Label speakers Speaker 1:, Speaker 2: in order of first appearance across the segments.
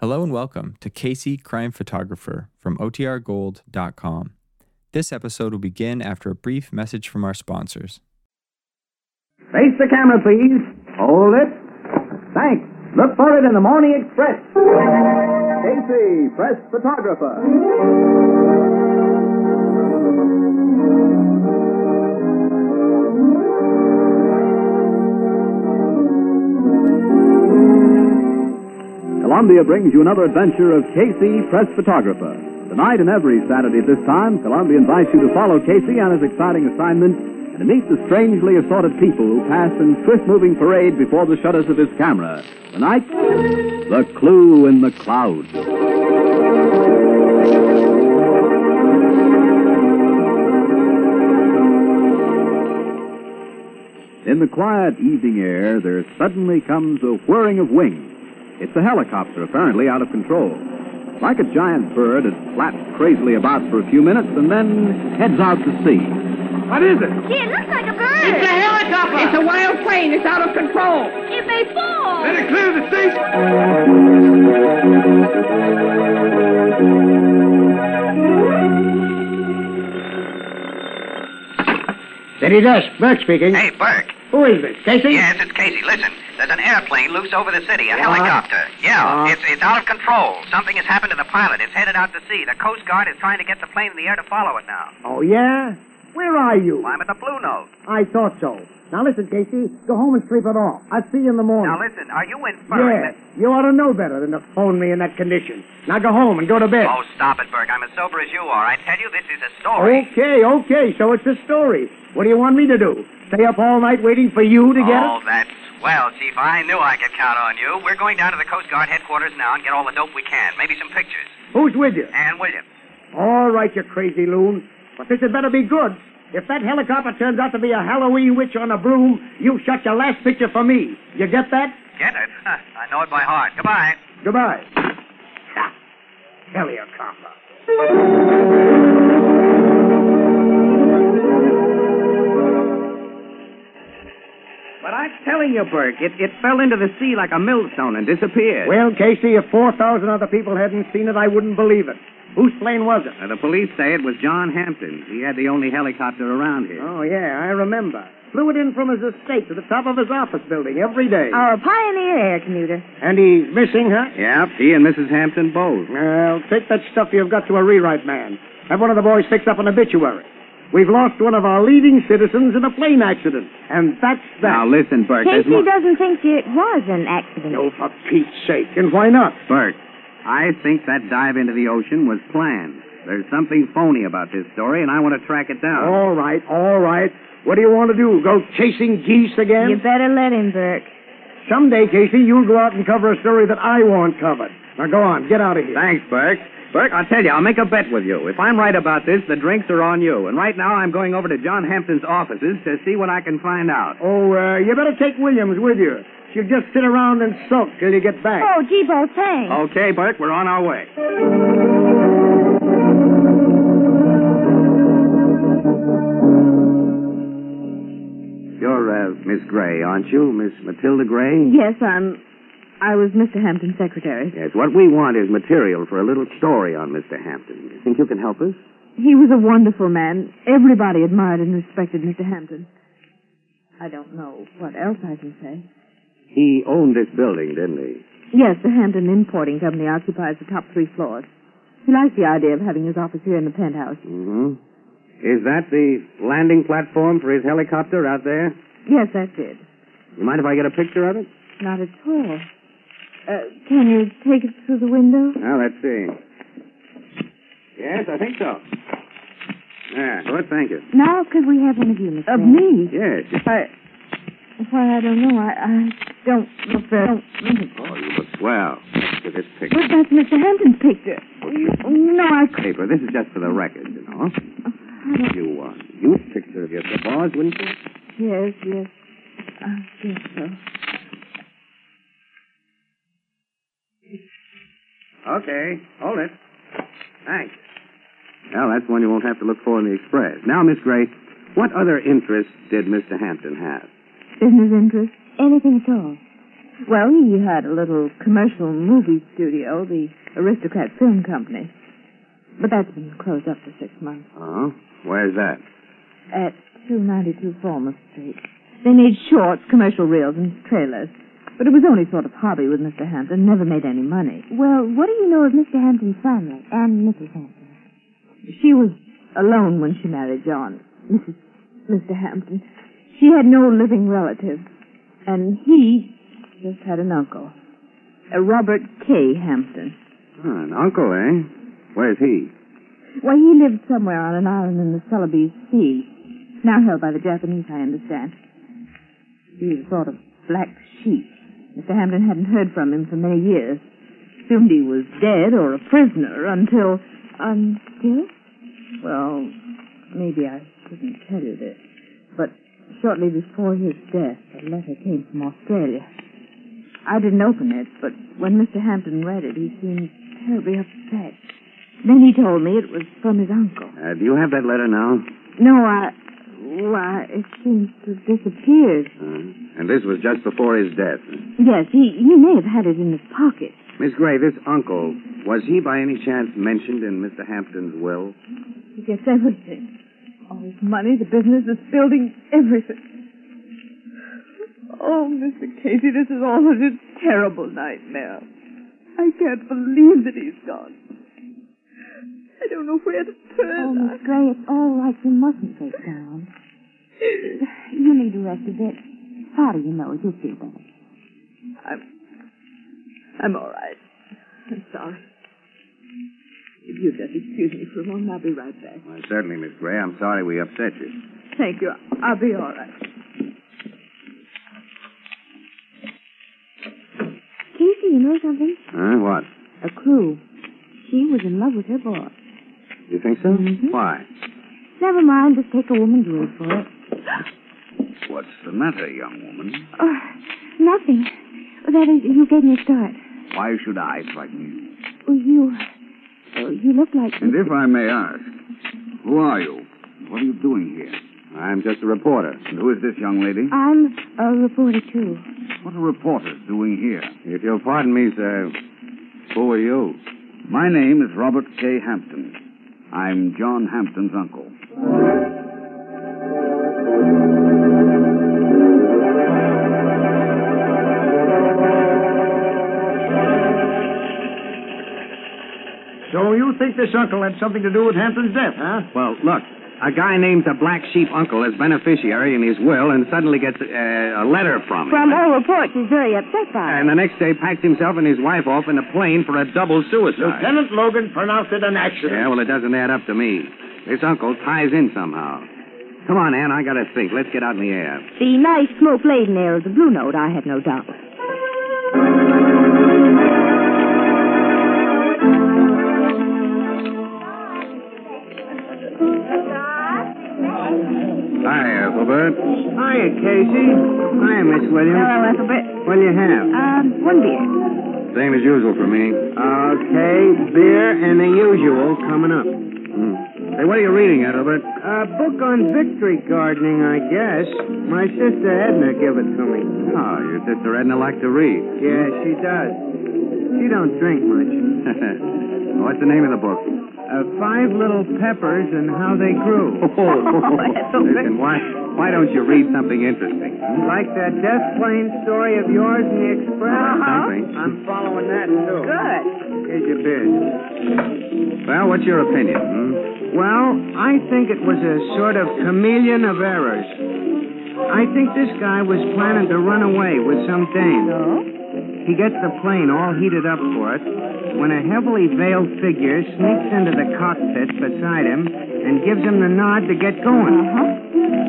Speaker 1: Hello and welcome to Casey Crime Photographer from OTRGold.com. This episode will begin after a brief message from our sponsors.
Speaker 2: Face the camera, please. Hold it. Thanks. Look for it in the Morning Express. Casey, press photographer. Columbia brings you another adventure of Casey, press photographer. Tonight and every Saturday at this time, Columbia invites you to follow Casey on his exciting assignment and to meet the strangely assorted people who pass in swift-moving parade before the shutters of his camera. Tonight, the clue in the clouds. In the quiet evening air, there suddenly comes a whirring of wings. It's a helicopter, apparently out of control. Like a giant bird, it flaps crazily about for a few minutes and then heads out to sea.
Speaker 3: What is it?
Speaker 4: Gee, it looks like a bird.
Speaker 5: It's a helicopter.
Speaker 6: It's a wild plane. It's out of control.
Speaker 4: It may fall.
Speaker 3: Let it clear the stage.
Speaker 7: City Desk, Burke speaking.
Speaker 8: Hey, Burke.
Speaker 7: Who is this, Casey?
Speaker 8: Yes, it's Casey. Listen, there's an airplane loose over the city, a helicopter. Yeah,
Speaker 7: Uh.
Speaker 8: it's, it's out of control. Something has happened to the pilot. It's headed out to sea. The Coast Guard is trying to get the plane in the air to follow it now.
Speaker 7: Oh, yeah? Where are you?
Speaker 8: Well, I'm at the Blue Note.
Speaker 7: I thought so. Now listen, Casey, go home and sleep it off. I'll see you in the morning.
Speaker 8: Now, listen, are you inferring
Speaker 7: yeah,
Speaker 8: that...
Speaker 7: you ought to know better than to phone me in that condition. Now go home and go to bed.
Speaker 8: Oh, stop it, Burke. I'm as sober as you are. I tell you, this is a story.
Speaker 7: okay, okay, so it's a story. What do you want me to do? Stay up all night waiting for you to get
Speaker 8: Oh,
Speaker 7: it?
Speaker 8: that's well, Chief. I knew I could count on you. We're going down to the Coast Guard headquarters now and get all the dope we can. Maybe some pictures.
Speaker 7: Who's with you?
Speaker 8: And Williams.
Speaker 7: All right, you crazy loon. But this had better be good. If that helicopter turns out to be a Halloween witch on a broom, you shot your last picture for me. You get that?
Speaker 8: Get it? Huh, I know it by heart. Goodbye.
Speaker 7: Goodbye. Ha! Helicopter.
Speaker 6: But I'm telling you, Burke, it, it fell into the sea like a millstone and disappeared.
Speaker 7: Well, Casey, if 4,000 other people hadn't seen it, I wouldn't believe it. Whose plane was it?
Speaker 6: Now, the police say it was John Hampton. He had the only helicopter around here.
Speaker 7: Oh, yeah, I remember. Flew it in from his estate to the top of his office building every day.
Speaker 9: Our pioneer air commuter.
Speaker 7: And he's missing, huh?
Speaker 6: Yep, he and Mrs. Hampton both.
Speaker 7: Well, take that stuff you've got to a rewrite man. Have one of the boys fix up an obituary. We've lost one of our leading citizens in a plane accident. And that's
Speaker 6: Now,
Speaker 7: that.
Speaker 6: listen, Burke. there's
Speaker 9: Casey
Speaker 6: more-
Speaker 9: doesn't think it was an accident.
Speaker 7: oh, for Pete's sake. And why not?
Speaker 6: Burke, I think that dive into the ocean was planned. There's something phony about this story, and I want to track it down.
Speaker 7: All right, all right. What do you want to do? Go chasing geese again?
Speaker 9: You better let him, Burke.
Speaker 7: Someday, Casey, you'll go out and cover a story that I want covered. Now go on, get out of here.
Speaker 6: Thanks, Burke. Burke, I'll tell you, I'll make a bet with you. If I'm right about this, the drinks are on you. And right now, I'm going over to John Hampton's offices to see what I can find out.
Speaker 7: Oh, uh, you better take Williams with you. She'll just sit around and sulk till you get back.
Speaker 9: Oh, gee, Boltang.
Speaker 6: Okay, Burke, we're on our way. You're uh, Miss Gray, aren't you? Miss Matilda Gray?
Speaker 9: Yes, I'm. Um, I was Mr. Hampton's secretary.
Speaker 6: Yes, what we want is material for a little story on Mr. Hampton. You think you can help us?
Speaker 9: He was a wonderful man. Everybody admired and respected Mr. Hampton. I don't know what else I can say.
Speaker 6: He owned this building, didn't he?
Speaker 9: Yes, the Hampton Importing Company occupies the top three floors. He liked the idea of having his office here in the penthouse.
Speaker 6: Mm-hmm. Is that the landing platform for his helicopter out there?
Speaker 9: Yes, that's it.
Speaker 6: You mind if I get a picture of it?
Speaker 9: Not at all. Uh, can you take it through the window?
Speaker 6: Now, let's see. Yes, I think so. Yeah, good, thank you.
Speaker 9: Now, could we have one of you, Miss
Speaker 5: Of
Speaker 9: Gray?
Speaker 5: me?
Speaker 6: Yes. you-
Speaker 9: I, why, I don't know. I, I don't look very... Don't,
Speaker 6: Oh, you look swell. Look at this picture.
Speaker 9: but that's Mr. Hampton's picture. No, I...
Speaker 6: Paper, this is just for the record, you know.
Speaker 9: I don't,
Speaker 6: You, uh, you picture of your boss, wouldn't you?
Speaker 9: yes, yes. I guess so.
Speaker 6: Okay, hold it. Thanks. Well, that's one you won't have to look for in the express. Now, Miss Gray, what other interests did Mr. Hampton have?
Speaker 9: Business interest? Anything at all. Well, he had a little commercial movie studio, the Aristocrat Film Company. But that's been closed up for six months
Speaker 7: Huh? Where's that?
Speaker 9: at 292 Falmouth Street. They made shorts, commercial reels, and trailers. But it was only sort of hobby with Mr. Hampton, never made any money.
Speaker 6: Well, what do you know of Mr. Hampton's family and Mrs. Hampton?
Speaker 9: She was alone when she married John, Mrs. Mr. Hampton. She had no living relatives, and he just had an uncle, a Robert K. Hampton.
Speaker 7: Ah, an uncle, eh? Where's he?
Speaker 9: Well, he lived somewhere on an island in the Celebes Sea, now held by the Japanese, I understand. He was a sort of black sheep. Mr. Hampton hadn't heard from him for many years. Assumed he was dead or a prisoner until, um,
Speaker 6: Until?
Speaker 9: well, maybe I couldn't tell you this, but shortly before his death, a letter came from Australia. I didn't open it, but when Mr. Hampton read it, he seemed terribly upset. Then he told me it was from his uncle.
Speaker 7: Uh, do you have that letter now?
Speaker 9: No, I. Why, it seems to have disappeared.
Speaker 7: Uh, and this was just before his death.
Speaker 9: Yes, he, he may have had it in his pocket.
Speaker 7: Miss Gray, this uncle, was he by any chance mentioned in Mr. Hampton's will?
Speaker 9: He gets everything. All his money, the business, this building, everything. Oh, Mr. Casey, this is all such a terrible nightmare. I can't believe that he's gone. I don't know where to
Speaker 6: Oh,
Speaker 9: turn.
Speaker 6: Miss Gray, it's all right. You mustn't break down. You need to rest a bit. How do you know? You'll feel better.
Speaker 9: I'm. I'm all right. I'm sorry. If you'll just excuse me for a moment, I'll be right back.
Speaker 7: Well, certainly, Miss Gray. I'm sorry we upset you.
Speaker 9: Thank you. I'll be all right.
Speaker 6: Casey, you know something?
Speaker 7: Huh? What?
Speaker 6: A clue. She was in love with her boss.
Speaker 7: You think so? Why?
Speaker 6: Never mind. Just take a woman's word for it.
Speaker 7: What's the matter, young woman?
Speaker 6: Oh, nothing. That is, you gave me a start.
Speaker 7: Why should I frighten
Speaker 6: Oh, you. Oh, you look like.
Speaker 7: you? And if I may ask, who are you? What are you doing here? I'm just a reporter. And who is this young lady?
Speaker 6: I'm a reporter, too.
Speaker 7: What are reporters doing here? If you'll pardon me, sir, who are you? My name is Robert K. Hampton. I'm John Hampton's uncle.
Speaker 10: So you think this uncle had something to do with Hampton's death, huh?
Speaker 7: Well, look, a guy names a black sheep uncle as beneficiary in his will and suddenly gets uh, a letter from him.
Speaker 6: From all reports, he's very upset by
Speaker 7: And
Speaker 6: it.
Speaker 7: the next day packs himself and his wife off in a plane for a double suicide.
Speaker 10: Lieutenant Logan pronounced it an accident.
Speaker 7: Yeah, well, it doesn't add up to me. This uncle ties in somehow. Come on, Ann, I gotta think. Let's get out in the air.
Speaker 6: The nice smoke-laden air of the Blue Note, I have no doubt.
Speaker 7: Hi, Ethelbert.
Speaker 10: Hiya, Casey.
Speaker 7: Hi, Miss Williams.
Speaker 9: Hello, Ethelbert.
Speaker 7: What do you have?
Speaker 9: Um, one beer.
Speaker 7: Same as usual for me.
Speaker 10: Okay, beer and the usual coming up.
Speaker 7: Hmm. Hey, what are you reading, Ethelbert?
Speaker 10: A book on victory gardening, I guess. My sister Edna give it to me.
Speaker 7: Oh, your sister Edna liked to read.
Speaker 10: Yeah, she does. She don't drink much.
Speaker 7: What's the name of the book?
Speaker 10: Uh, five Little Peppers and How They Grew.
Speaker 7: Listen, why, why don't you read something interesting?
Speaker 10: Like that death plane story of yours in the Express?
Speaker 9: Uh-huh.
Speaker 7: Something.
Speaker 10: I'm following that, too. Good. Here's your beer.
Speaker 7: Well, what's your opinion? Hmm?
Speaker 10: Well, I think it was a sort of chameleon of errors. I think this guy was planning to run away with some dame.
Speaker 6: Uh-huh.
Speaker 10: He gets the plane all heated up for it when a heavily veiled figure sneaks into the cockpit beside him and gives him the nod to get going.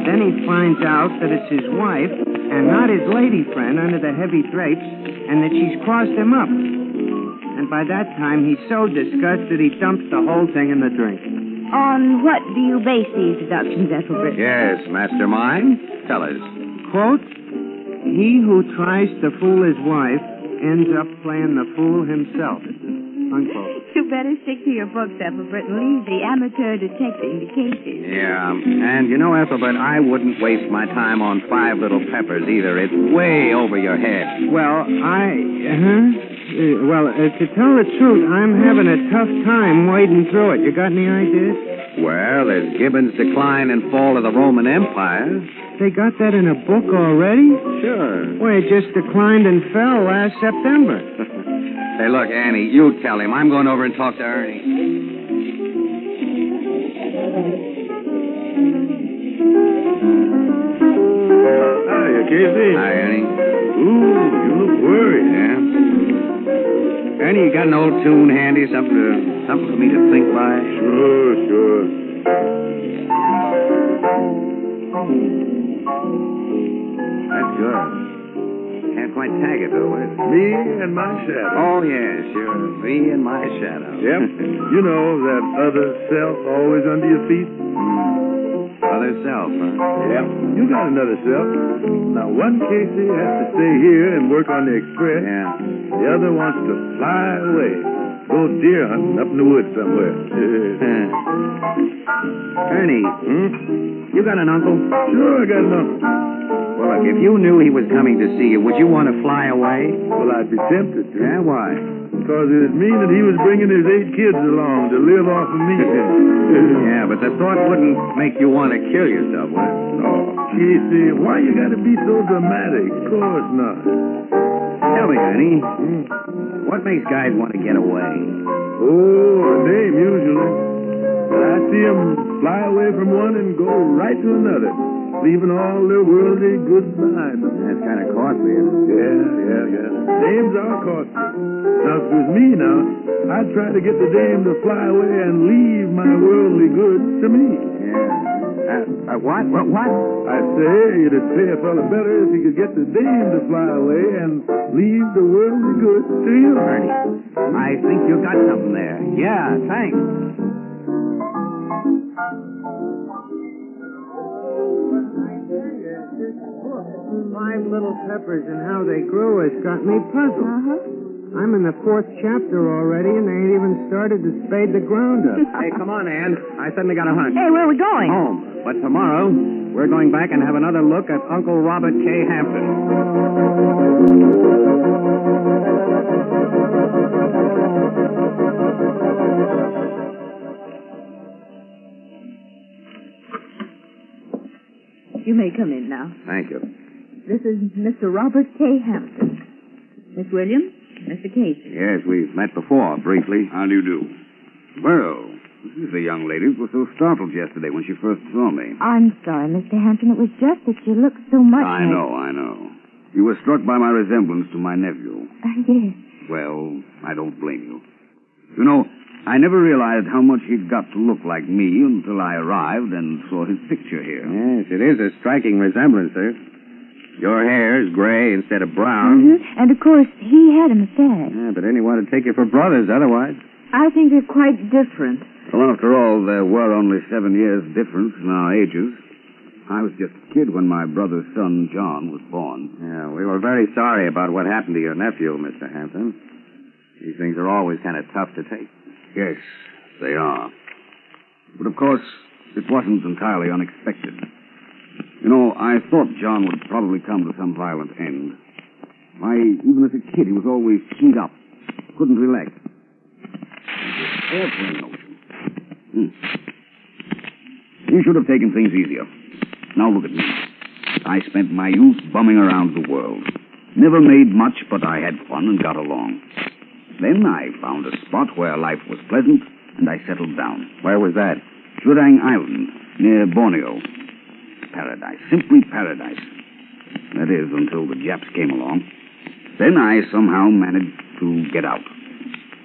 Speaker 10: Then he finds out that it's his wife and not his lady friend under the heavy drapes and that she's crossed him up. And by that time, he's so disgusted he dumps the whole thing in the drink.
Speaker 6: On what do you base these deductions, Ethelbert?
Speaker 7: Yes, mastermind. Tell us.
Speaker 10: Quote, he who tries to fool his wife ends up playing the fool himself.
Speaker 7: Unquote.
Speaker 9: You better stick to your books, Ethelbert, and leave the amateur detecting the cases.
Speaker 11: Yeah, and you know, Ethelbert, I wouldn't waste my time on Five Little Peppers either. It's way over your head.
Speaker 7: Well, I. Huh? Uh-huh. Uh, well, uh, to tell the truth, I'm having a tough time wading through it. You got any ideas?
Speaker 11: Well, there's Gibbon's Decline and Fall of the Roman Empire.
Speaker 7: They got that in a book already?
Speaker 11: Sure.
Speaker 7: Why, it just declined and fell last September.
Speaker 11: Hey, look, Annie, you tell him. I'm going over and talk to Ernie.
Speaker 10: Hiya, Casey.
Speaker 11: Hi, Ernie.
Speaker 10: Ooh, you look worried.
Speaker 11: Yeah? Ernie, you got an old tune handy? Something, to, something for me to think by?
Speaker 10: Sure, sure.
Speaker 11: That's good. Can't quite tag it, though, is it?
Speaker 10: Me and my shadow.
Speaker 11: Oh, yeah, sure. Me and my shadow.
Speaker 10: Yep. you know that other self always under your feet?
Speaker 11: Hmm. Other self, huh?
Speaker 10: Yep. You got another self. Now, one Casey has to stay here and work on the express.
Speaker 11: Yeah.
Speaker 10: The other wants to fly away. Go deer hunting up in the woods somewhere.
Speaker 11: Uh, Ernie,
Speaker 7: hmm?
Speaker 11: you got an uncle?
Speaker 10: sure, I got enough.
Speaker 11: Well, look, if you knew he was coming to see you, would you want to fly away?
Speaker 10: Well, I'd be tempted to.
Speaker 11: Yeah, why?
Speaker 10: Because it'd mean that he was bringing his eight kids along to live off of me.
Speaker 11: Yeah, but the thought wouldn't make you want to kill yourself, would it?
Speaker 10: Oh, Casey, why you gotta be so dramatic? Of course not.
Speaker 11: Tell me, Ernie, what makes guys want to get away?
Speaker 10: Oh, a name usually. But I see 'em fly away from one and go right to another, leaving all their worldly goods behind them.
Speaker 11: That's kind of costly, isn't
Speaker 10: Yeah, yeah, yeah. Dames are costly. Now, if it was me now, I'd try to get the dame to fly away and leave my worldly goods to me.
Speaker 11: it? Yeah. Uh, uh, what? What? What?
Speaker 10: I say it'd pay a fella better if he could get the dame to fly away and leave the worldly goods to you.
Speaker 11: Ernie, I think you got something there. Yeah, thanks.
Speaker 7: Five Little Peppers and How They Grew has got me puzzled. Uh-huh. I'm in the fourth chapter already, and they ain't even started to spade the ground up.
Speaker 11: Hey, come on, Ann. I suddenly got a hunch.
Speaker 9: Hey, where are we going?
Speaker 11: home. But tomorrow, we're going back and have another look at Uncle Robert K. Hampton.
Speaker 9: You may come in now.
Speaker 11: Thank you.
Speaker 9: This is Mr. Robert K. Hampton. Miss Williams, Mr. Casey.
Speaker 11: Yes, we've met before, briefly. How do you do? Burrow, this is the young lady who was so startled yesterday when she first saw me.
Speaker 5: I'm sorry, Mr. Hampton. It was just that you looked so much.
Speaker 11: I
Speaker 5: like-
Speaker 11: know, I know. You were struck by my resemblance to my nephew.
Speaker 5: Uh, yes.
Speaker 11: Well, I don't blame you. You know, I never realized how much he'd got to look like me until I arrived and saw his picture here. Yes, it is a striking resemblance, sir. Your hair is gray instead of brown.
Speaker 5: Mhm. And of course, he had a mustache.
Speaker 11: Yeah, but anyone would take you for brothers otherwise.
Speaker 9: I think they're quite different.
Speaker 11: Well, after all, there were only seven years difference in our ages. I was just a kid when my brother's son, John, was born. Yeah, we were very sorry about what happened to your nephew, Mr. Hampton. These things are always kind of tough to take. Yes, they are. But of course, it wasn't entirely unexpected. You know, I thought John would probably come to some violent end. Why, even as a kid, he was always keyed up. Couldn't relax. Airplane notion. Hmm. You should have taken things easier. Now look at me. I spent my youth bumming around the world. Never made much, but I had fun and got along. Then I found a spot where life was pleasant, and I settled down. Where was that? Surang Island, near Borneo. Paradise, simply paradise. That is, until the Japs came along. Then I somehow managed to get out.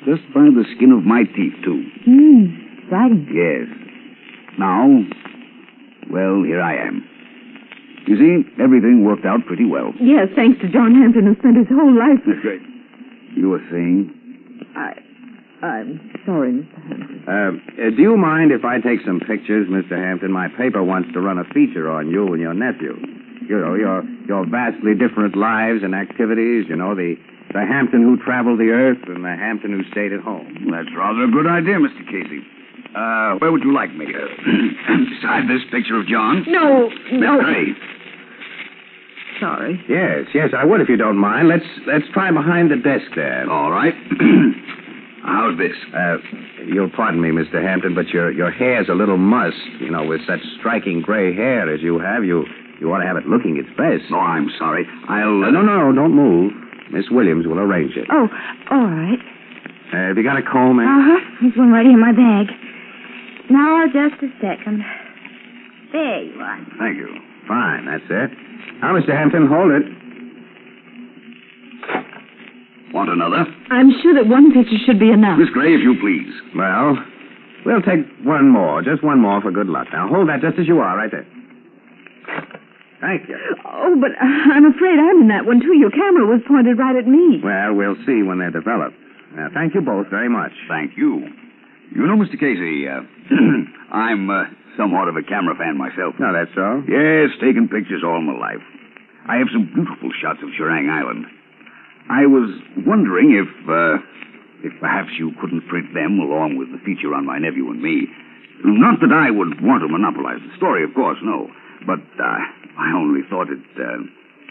Speaker 11: Just by the skin of my teeth, too.
Speaker 5: Hmm. Exciting.
Speaker 11: Yes. Now, well, here I am. You see, everything worked out pretty well.
Speaker 9: Yes, thanks to John Hampton, who spent his whole life.
Speaker 11: That's great. You were saying?
Speaker 9: I, I'm sorry, Mr. Hampton.
Speaker 11: Uh, uh, do you mind if I take some pictures, Mr. Hampton? My paper wants to run a feature on you and your nephew. You know, your, your vastly different lives and activities, you know, the
Speaker 7: The Hampton who traveled the earth and the Hampton who stayed at home.
Speaker 11: That's rather a good idea, Mr. Casey. Uh, where would you like me? Uh, beside this picture of John?
Speaker 9: No,
Speaker 11: Miss
Speaker 9: no.
Speaker 11: Gray.
Speaker 9: Sorry.
Speaker 7: Yes, yes, I would if you don't mind. Let's let's try behind the desk there.
Speaker 11: All right. How's this?
Speaker 7: Uh, you'll pardon me, Mr. Hampton, but your your hair's a little mussed. You know, with such striking gray hair as you have, you you ought to have it looking its best.
Speaker 11: No, I'm sorry. I'll.
Speaker 7: Uh, no, no, don't move. Miss Williams will arrange it.
Speaker 9: Oh, all right.
Speaker 7: Uh, have you got a comb?
Speaker 9: Uh
Speaker 7: and-
Speaker 9: huh. There's one right here in my bag. Now, just a second. There you are.
Speaker 7: Thank you. Fine, that's it. Now, Mr. Hampton, hold it.
Speaker 11: Want another?
Speaker 12: I'm sure that one picture should be enough.
Speaker 11: Miss Gray, if you please.
Speaker 7: Well, we'll take one more, just one more for good luck. Now, hold that just as you are, right there. Thank you.
Speaker 12: Oh, but I'm afraid I'm in that one, too. Your camera was pointed right at me.
Speaker 7: Well, we'll see when they're developed. Now, thank you both very much.
Speaker 11: Thank you. You know, Mr. Casey, uh, I'm uh, somewhat of a camera fan myself.
Speaker 7: No, that's all.
Speaker 11: Yes, taken pictures all my life. I have some beautiful shots of Shirang Island. I was wondering if, uh, if perhaps you couldn't print them along with the feature on my nephew and me. Not that I would want to monopolize the story, of course, no. But uh, I only thought it, uh,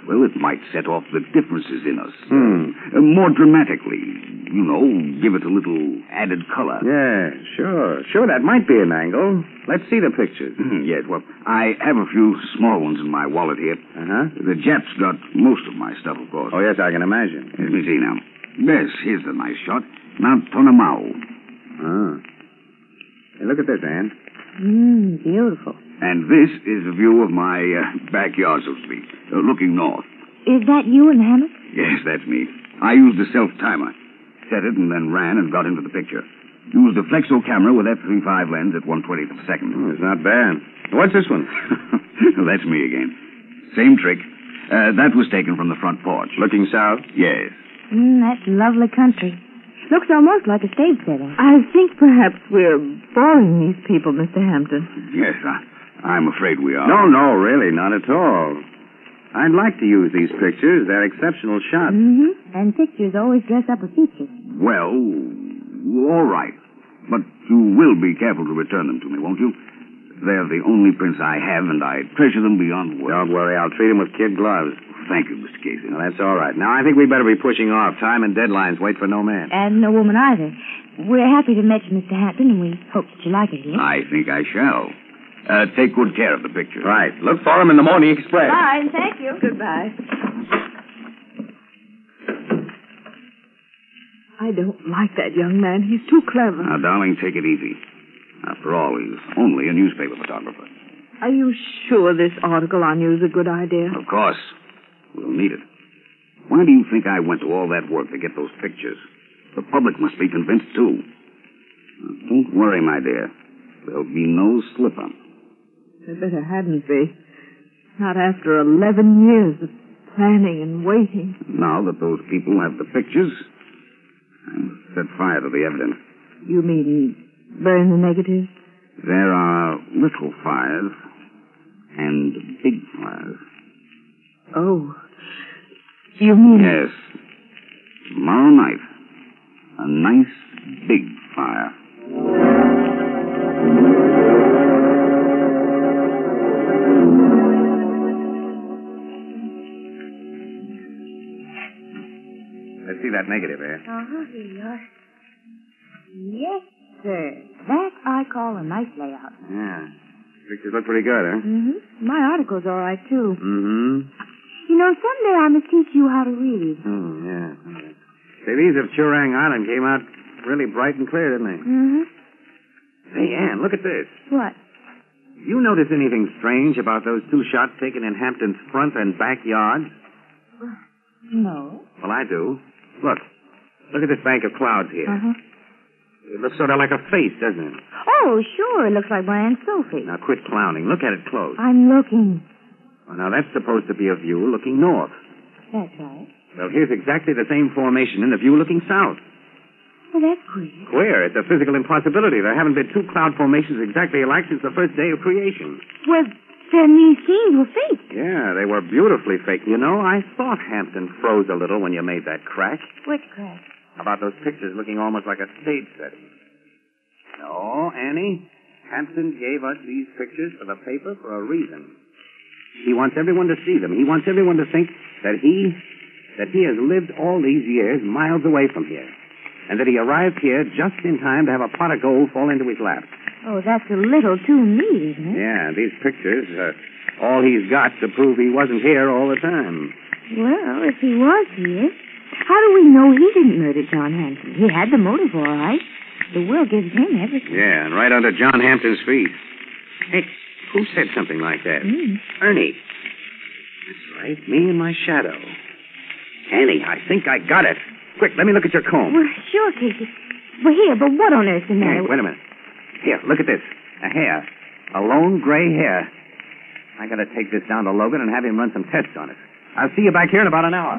Speaker 11: well, it might set off the differences in us
Speaker 7: Hmm.
Speaker 11: uh, more dramatically. You know, give it a little added color.
Speaker 7: Yeah, sure. Sure, that might be an angle. Hmm, Let's see the pictures.
Speaker 11: Mhm, yes, well, I have a few small ones in my wallet here.
Speaker 7: Uh huh.
Speaker 11: The Japs got most of my stuff, of course.
Speaker 7: Oh, yes, I can imagine.
Speaker 11: Let me see now. Yes, here's the nice shot. Mount Tonamau.
Speaker 7: Oh. Hey, look at this, Anne.
Speaker 9: Mmm, beautiful.
Speaker 11: And this is a view of my uh, backyard, so to speak, uh, looking north.
Speaker 9: Is that you and Hammett?
Speaker 11: Yes, that's me. I used a self timer. Set it and then ran and got into the picture. Used a flexo camera with f3.5 lens at 120th of a second.
Speaker 7: Oh, it's not bad. What's this one?
Speaker 11: That's me again. Same trick. Uh, that was taken from the front porch.
Speaker 7: Looking south?
Speaker 11: Yes.
Speaker 9: Mmm, that's lovely country. Looks almost like a stage setting.
Speaker 12: I think perhaps we're boring these people, Mr. Hampton.
Speaker 11: Yes, I, I'm afraid we are.
Speaker 7: No, no, really, not at all. I'd like to use these pictures. They're exceptional shots.
Speaker 9: Mm-hmm. And pictures always dress up a feature.
Speaker 11: Well, all right. But you will be careful to return them to me, won't you? They're the only prints I have, and I treasure them beyond words.
Speaker 7: Don't worry, I'll treat them with kid gloves.
Speaker 11: Thank you, Mr. Casey.
Speaker 7: Well, that's all right. Now, I think we better be pushing off. Time and deadlines wait for no man.
Speaker 9: And no woman either. We're happy to meet you, Mr. Hampton, and we hope that you like it here.
Speaker 11: I think I shall. Uh, take good care of the picture.
Speaker 7: Right. Look for him in the morning express.
Speaker 12: Fine, thank you. Goodbye. I don't like that young man. He's too clever.
Speaker 11: Now, darling, take it easy. After all, he's only a newspaper photographer.
Speaker 12: Are you sure this article on you is a good idea?
Speaker 11: Of course. We'll need it. Why do you think I went to all that work to get those pictures? The public must be convinced, too. Now, don't worry, my dear. There'll be no slip up.
Speaker 12: There better hadn't be. Not after 11 years of planning and waiting.
Speaker 11: Now that those people have the pictures, I'll set fire to the evidence.
Speaker 12: You mean burn the negatives?
Speaker 11: There are little fires and big fires.
Speaker 12: Oh. You mean.
Speaker 11: Yes. Tomorrow night, a nice big fire.
Speaker 7: Let's see that negative, eh?
Speaker 13: Uh-huh, here you are.
Speaker 9: Yes, sir. That I call a nice layout.
Speaker 7: Yeah. Pictures look pretty good, huh?
Speaker 9: Mm-hmm. My article's all right, too.
Speaker 7: Mm-hmm.
Speaker 9: You know, someday I must teach you how to read.
Speaker 7: Oh, yeah. Say, these of Churang Island came out really bright and clear, didn't they?
Speaker 9: Mm-hmm.
Speaker 7: Hey, Ann, look at this.
Speaker 9: What?
Speaker 7: You notice anything strange about those two shots taken in Hampton's front and backyard?
Speaker 9: No.
Speaker 7: Well, I do. Look. Look at this bank of clouds here.
Speaker 9: Uh-huh.
Speaker 7: It looks sort of like a face, doesn't it?
Speaker 9: Oh, sure. It looks like my Aunt Sophie.
Speaker 7: Now, quit clowning. Look at it close.
Speaker 9: I'm looking.
Speaker 7: Well, now, that's supposed to be a view looking north.
Speaker 9: That's right.
Speaker 7: Well, here's exactly the same formation in the view looking south.
Speaker 9: Well, that's queer.
Speaker 7: Queer. It's a physical impossibility. There haven't been two cloud formations exactly alike since the first day of creation.
Speaker 9: Well, Then these scenes were fake.
Speaker 7: Yeah, they were beautifully fake. You know, I thought Hampton froze a little when you made that crack.
Speaker 9: Witchcraft.
Speaker 7: How about those pictures looking almost like a stage setting? No, Annie. Hampton gave us these pictures for the paper for a reason. He wants everyone to see them. He wants everyone to think that he that he has lived all these years miles away from here, and that he arrived here just in time to have a pot of gold fall into his lap.
Speaker 9: Oh, that's a little too mean, isn't it?
Speaker 7: Yeah, these pictures are all he's got to prove he wasn't here all the time.
Speaker 9: Well, if he was here, how do we know he didn't murder John Hampton? He had the motive, all right. The will gives him everything.
Speaker 7: Yeah, and right under John Hampton's feet. Hey, who said something like that? Ernie. That's right, me and my shadow. Annie, I think I got it. Quick, let me look at your comb.
Speaker 9: Well, sure, Casey. Well, here, but what on earth's the
Speaker 7: Hey,
Speaker 9: matter?
Speaker 6: Hmm.
Speaker 7: wait a minute. Here, look at this. A hair. A lone gray hair. I gotta take this down to Logan and have him run some tests on it. I'll see you back here in about an hour.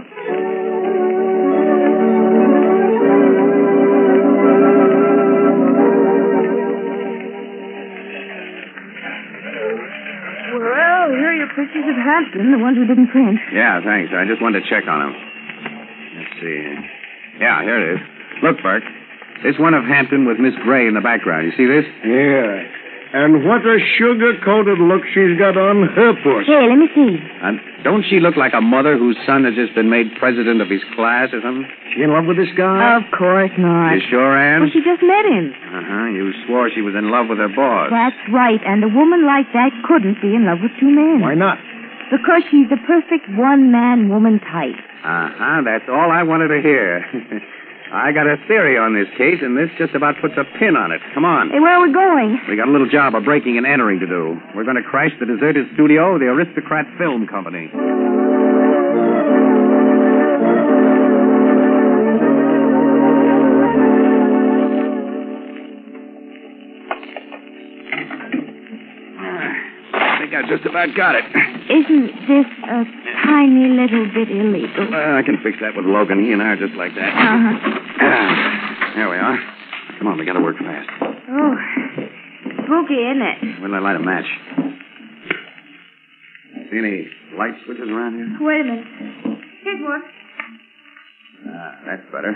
Speaker 14: Well, here are your pictures of Hampton, the ones we didn't print.
Speaker 6: Yeah, thanks. I just wanted to check on him. Let's see. Yeah, here it is. Look, Burke. This one of Hampton with Miss Gray in the background. You see this?
Speaker 15: Yeah. And what a sugar-coated look she's got on her puss.
Speaker 9: Hey, let me see.
Speaker 6: And don't she look like a mother whose son has just been made president of his class or something?
Speaker 15: She in love with this guy?
Speaker 9: Of course not.
Speaker 6: You sure, Ann?
Speaker 9: Well, she just met him.
Speaker 6: Uh-huh. You swore she was in love with her boss.
Speaker 9: That's right, and a woman like that couldn't be in love with two men.
Speaker 6: Why not?
Speaker 9: Because she's the perfect one-man woman type.
Speaker 6: Uh-huh. That's all I wanted to hear. I got a theory on this case, and this just about puts a pin on it. Come on.
Speaker 9: Hey, where are we going?
Speaker 6: We got a little job of breaking and entering to do. We're going to crash the deserted studio of the Aristocrat Film Company.
Speaker 7: I think I just about got it.
Speaker 9: Isn't this a tiny little bit illegal?
Speaker 6: Well, I can fix that with Logan. He and I are just like that.
Speaker 9: Uh-huh.
Speaker 6: Ah, there we are. Come on, we got to work fast.
Speaker 9: Oh, spooky, isn't it?
Speaker 6: Where did I light a match? See any light switches around here?
Speaker 9: Wait a minute. Here's one.
Speaker 6: Ah, that's better.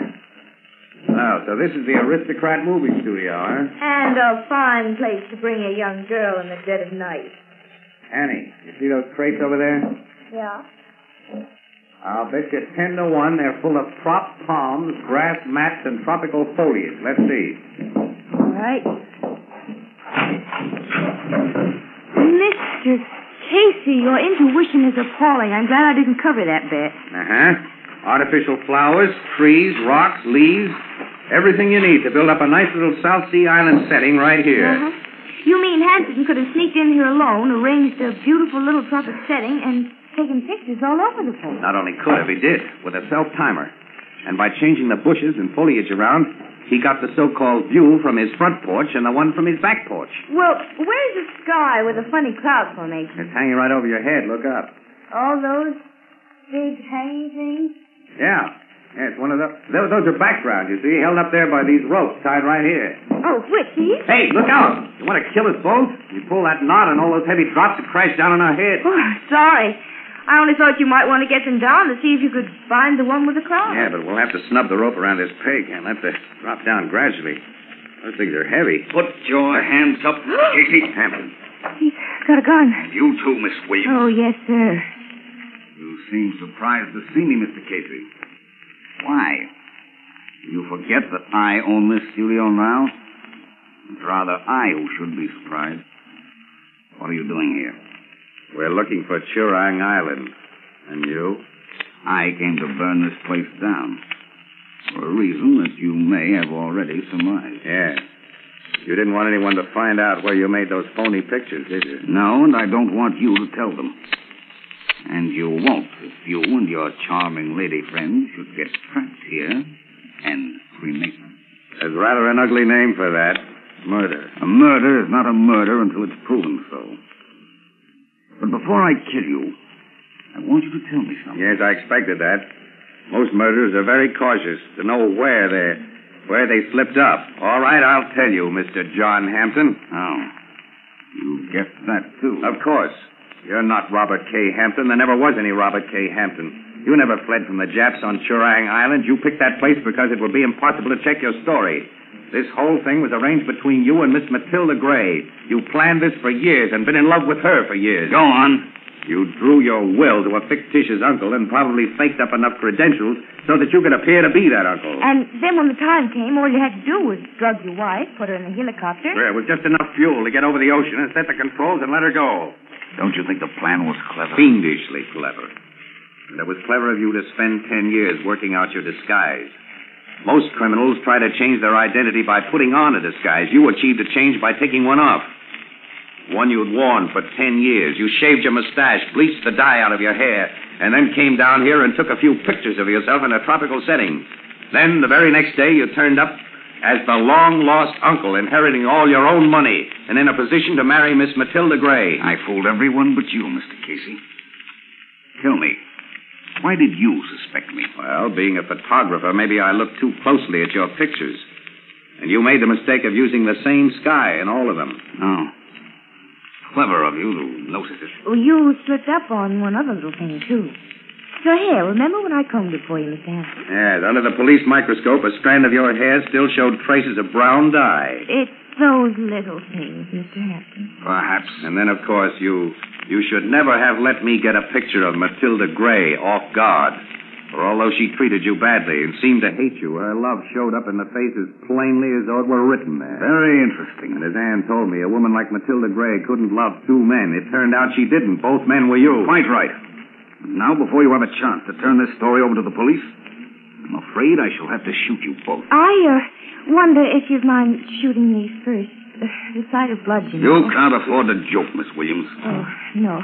Speaker 6: Oh, so this is the Aristocrat Movie Studio, huh?
Speaker 16: And a fine place to bring a young girl in the dead of night.
Speaker 6: Annie, you see those crates over there?
Speaker 16: Yeah?
Speaker 6: I'll bet you ten to one they're full of prop palms, grass mats, and tropical foliage. Let's see.
Speaker 9: All right. Mr. Casey, your intuition is appalling. I'm glad I didn't cover that bit.
Speaker 6: Uh huh. Artificial flowers, trees, rocks, leaves. Everything you need to build up a nice little South Sea Island setting right here.
Speaker 9: Uh-huh. You mean Hanson could have sneaked in here alone, arranged a beautiful little tropic setting, and taken pictures all over the place?
Speaker 6: Not only could have, he did, with a self timer. And by changing the bushes and foliage around, he got the so called view from his front porch and the one from his back porch.
Speaker 16: Well, where's the sky with a funny cloud formation?
Speaker 6: It's hanging right over your head. Look up.
Speaker 16: All those big hanging things?
Speaker 6: Yeah. Yeah, it's one of those. Those, those are background, you see, held up there by these ropes tied right here.
Speaker 16: Oh, which these?
Speaker 6: Hey, look out! You want to kill us both? You pull that knot and all those heavy drops would crash down on our head.
Speaker 16: Oh, Sorry. I only thought you might want to get them down to see if you could find the one with the cloud.
Speaker 6: Yeah, but we'll have to snub the rope around this peg and have to drop down gradually. Those things are heavy. Put your hands up, Casey. Hampton.
Speaker 9: He's got a gun.
Speaker 11: You too, Miss Williams.
Speaker 9: Oh, yes, sir.
Speaker 11: You seem surprised to see me, Mr. Casey. Why? You forget that I own this studio now? It's rather I who should be surprised. What are you doing here?
Speaker 6: We're looking for Churang Island. And you?
Speaker 11: I came to burn this place down. For a reason that you may have already surmised.
Speaker 6: Yeah. You didn't want anyone to find out where you made those phony pictures, did you?
Speaker 11: No, and I don't want you to tell them. And you won't if you and your charming lady friend should get trapped here and cremated.
Speaker 6: There's rather an ugly name for that. Murder.
Speaker 11: A murder is not a murder until it's proven so. But before I kill you, I want you to tell me something.
Speaker 6: Yes, I expected that. Most murderers are very cautious to know where they where they slipped up. All right, I'll tell you, Mr. John Hampton.
Speaker 11: Oh. You guessed that, too.
Speaker 6: Uh, Of course. You're not Robert K. Hampton. There never was any Robert K. Hampton. You never fled from the Japs on Churang Island. You picked that place because it would be impossible to check your story. This whole thing was arranged between you and Miss Matilda Gray. You planned this for years and been in love with her for years.
Speaker 17: Go on.
Speaker 6: You drew your will to a fictitious uncle and probably faked up enough credentials so that you could appear to be that uncle.
Speaker 9: Uh-huh.
Speaker 18: And then when the time came, all you had to do was drug your wife, put her in a helicopter.
Speaker 6: There was just enough fuel to get over the ocean and set the controls and let her go.
Speaker 17: Don't you think the plan was clever?
Speaker 6: Fiendishly clever. And it was clever of you to spend ten years working out your disguise. Most criminals try to change their identity by putting on a disguise. You achieved a change by taking one off. One you'd worn for ten years. You shaved your mustache, bleached the dye out of your hair, and then came down here and took a few pictures of yourself in a tropical setting. Then, the very next day, you turned up as the long lost uncle, inheriting all your own money and in a position to marry Miss Matilda Gray.
Speaker 17: I fooled everyone but you, Mr. Casey. Tell me, why did you suspect me?
Speaker 6: Well, being a photographer, maybe I looked too closely at your pictures. And you made the mistake of using the same sky in all of them.
Speaker 17: Oh. Clever of you to notice it.
Speaker 9: Well, you slipped up on one other little thing, too. Your hair. Remember when I combed it for you, Mr. Hampton?
Speaker 6: Yes, under the police microscope, a strand of your hair still showed traces of brown dye.
Speaker 9: It's those little things, Mr. Hampton.
Speaker 6: Perhaps. And then, of course, you you should never have let me get a picture of Matilda Gray off guard. For although she treated you badly and seemed to hate you, her love showed up in the face as plainly as though it were written there.
Speaker 17: Very interesting.
Speaker 6: And as Anne told me, a woman like Matilda Gray couldn't love two men. It turned out she didn't. Both men were you.
Speaker 17: Quite right. Now, before you have a chance to turn this story over to the police, I'm afraid I shall have to shoot you both.
Speaker 9: I uh, wonder if you'd mind shooting me first. Uh, the sight of blood, you know.
Speaker 17: You can't afford to joke, Miss Williams.
Speaker 9: Oh, no.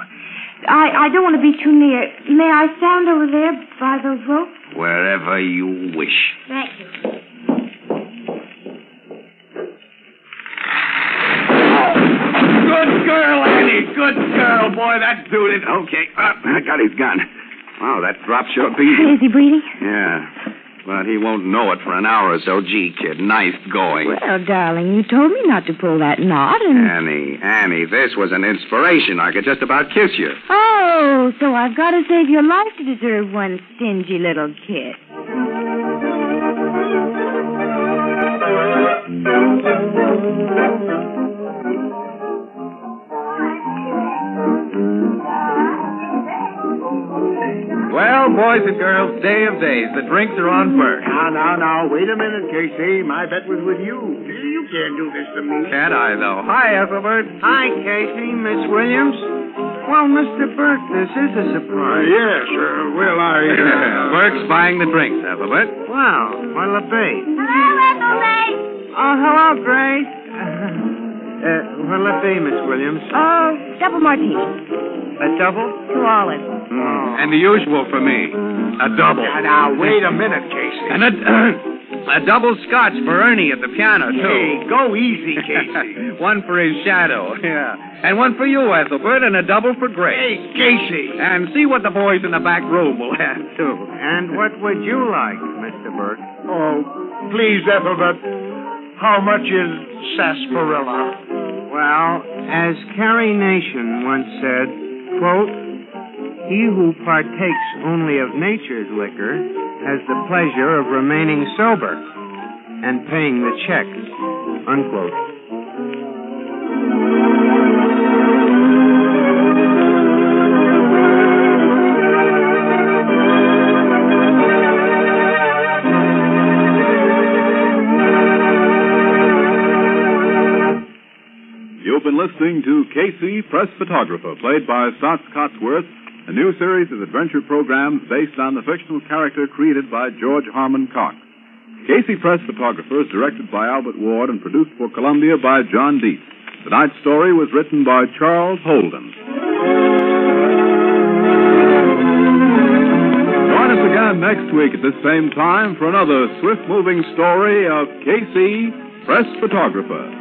Speaker 9: I, I don't want to be too near. May I stand over there by those ropes?
Speaker 17: Wherever you wish.
Speaker 19: Thank you.
Speaker 6: Good girl, Annie. Good girl. Boy, that dude is. Okay. Uh, I got his gun. Wow, that drop sure beat him.
Speaker 9: Is he bleeding?
Speaker 6: Yeah. But he won't know it for an hour or so. Gee, kid, nice going.
Speaker 9: Well, darling, you told me not to pull that knot, and
Speaker 6: Annie, Annie, this was an inspiration. I could just about kiss you.
Speaker 9: oh, so I've got to save your life to deserve one stingy little kiss.
Speaker 20: Well, boys and girls, day of days. The drinks are on first.
Speaker 7: Now, now, now, wait a minute, Casey. My bet was with you. You can't do this to me.
Speaker 20: Can't I, though? Hi, Ethelbert.
Speaker 21: Hi, Casey, Miss Williams. Well, Mr. Burke, this is a surprise.
Speaker 7: Yes, uh, well, I. Uh...
Speaker 20: Burke's buying the drinks, Ethelbert.
Speaker 21: Wow, what'll it be?
Speaker 19: Hello, Ethelbert.
Speaker 21: Oh, hello, Grace. Uh, what'll it be, Miss Williams?
Speaker 9: Oh, double martini.
Speaker 21: A double?
Speaker 9: Two olives.
Speaker 20: And the usual for me. A double.
Speaker 7: Now, now, wait a minute, Casey.
Speaker 20: And a, a double scotch for Ernie at the piano,
Speaker 7: Hey,
Speaker 20: too.
Speaker 7: go easy, Casey.
Speaker 20: one for his shadow. Yeah. And one for you, Ethelbert, and a double for Grace.
Speaker 7: hey, Casey.
Speaker 20: And see what the boys in the back room will have, too.
Speaker 21: And what would you like, Mr. Burke?
Speaker 7: Oh, please, Ethelbert. How much is sarsaparilla?
Speaker 21: Well, as Carrie Nation once said, quote, he who partakes only of nature's liquor has the pleasure of remaining sober and paying the check, unquote.
Speaker 11: You've been listening to Casey, Press Photographer, played by Scott Cotsworth, a new series of adventure programs based on the fictional character created by George Harmon Cox. Casey, Press Photographer is directed by Albert Ward and produced for Columbia by John Deep. Tonight's story was written by Charles Holden. Join us again next week at this same time for another swift moving story of Casey, Press Photographer.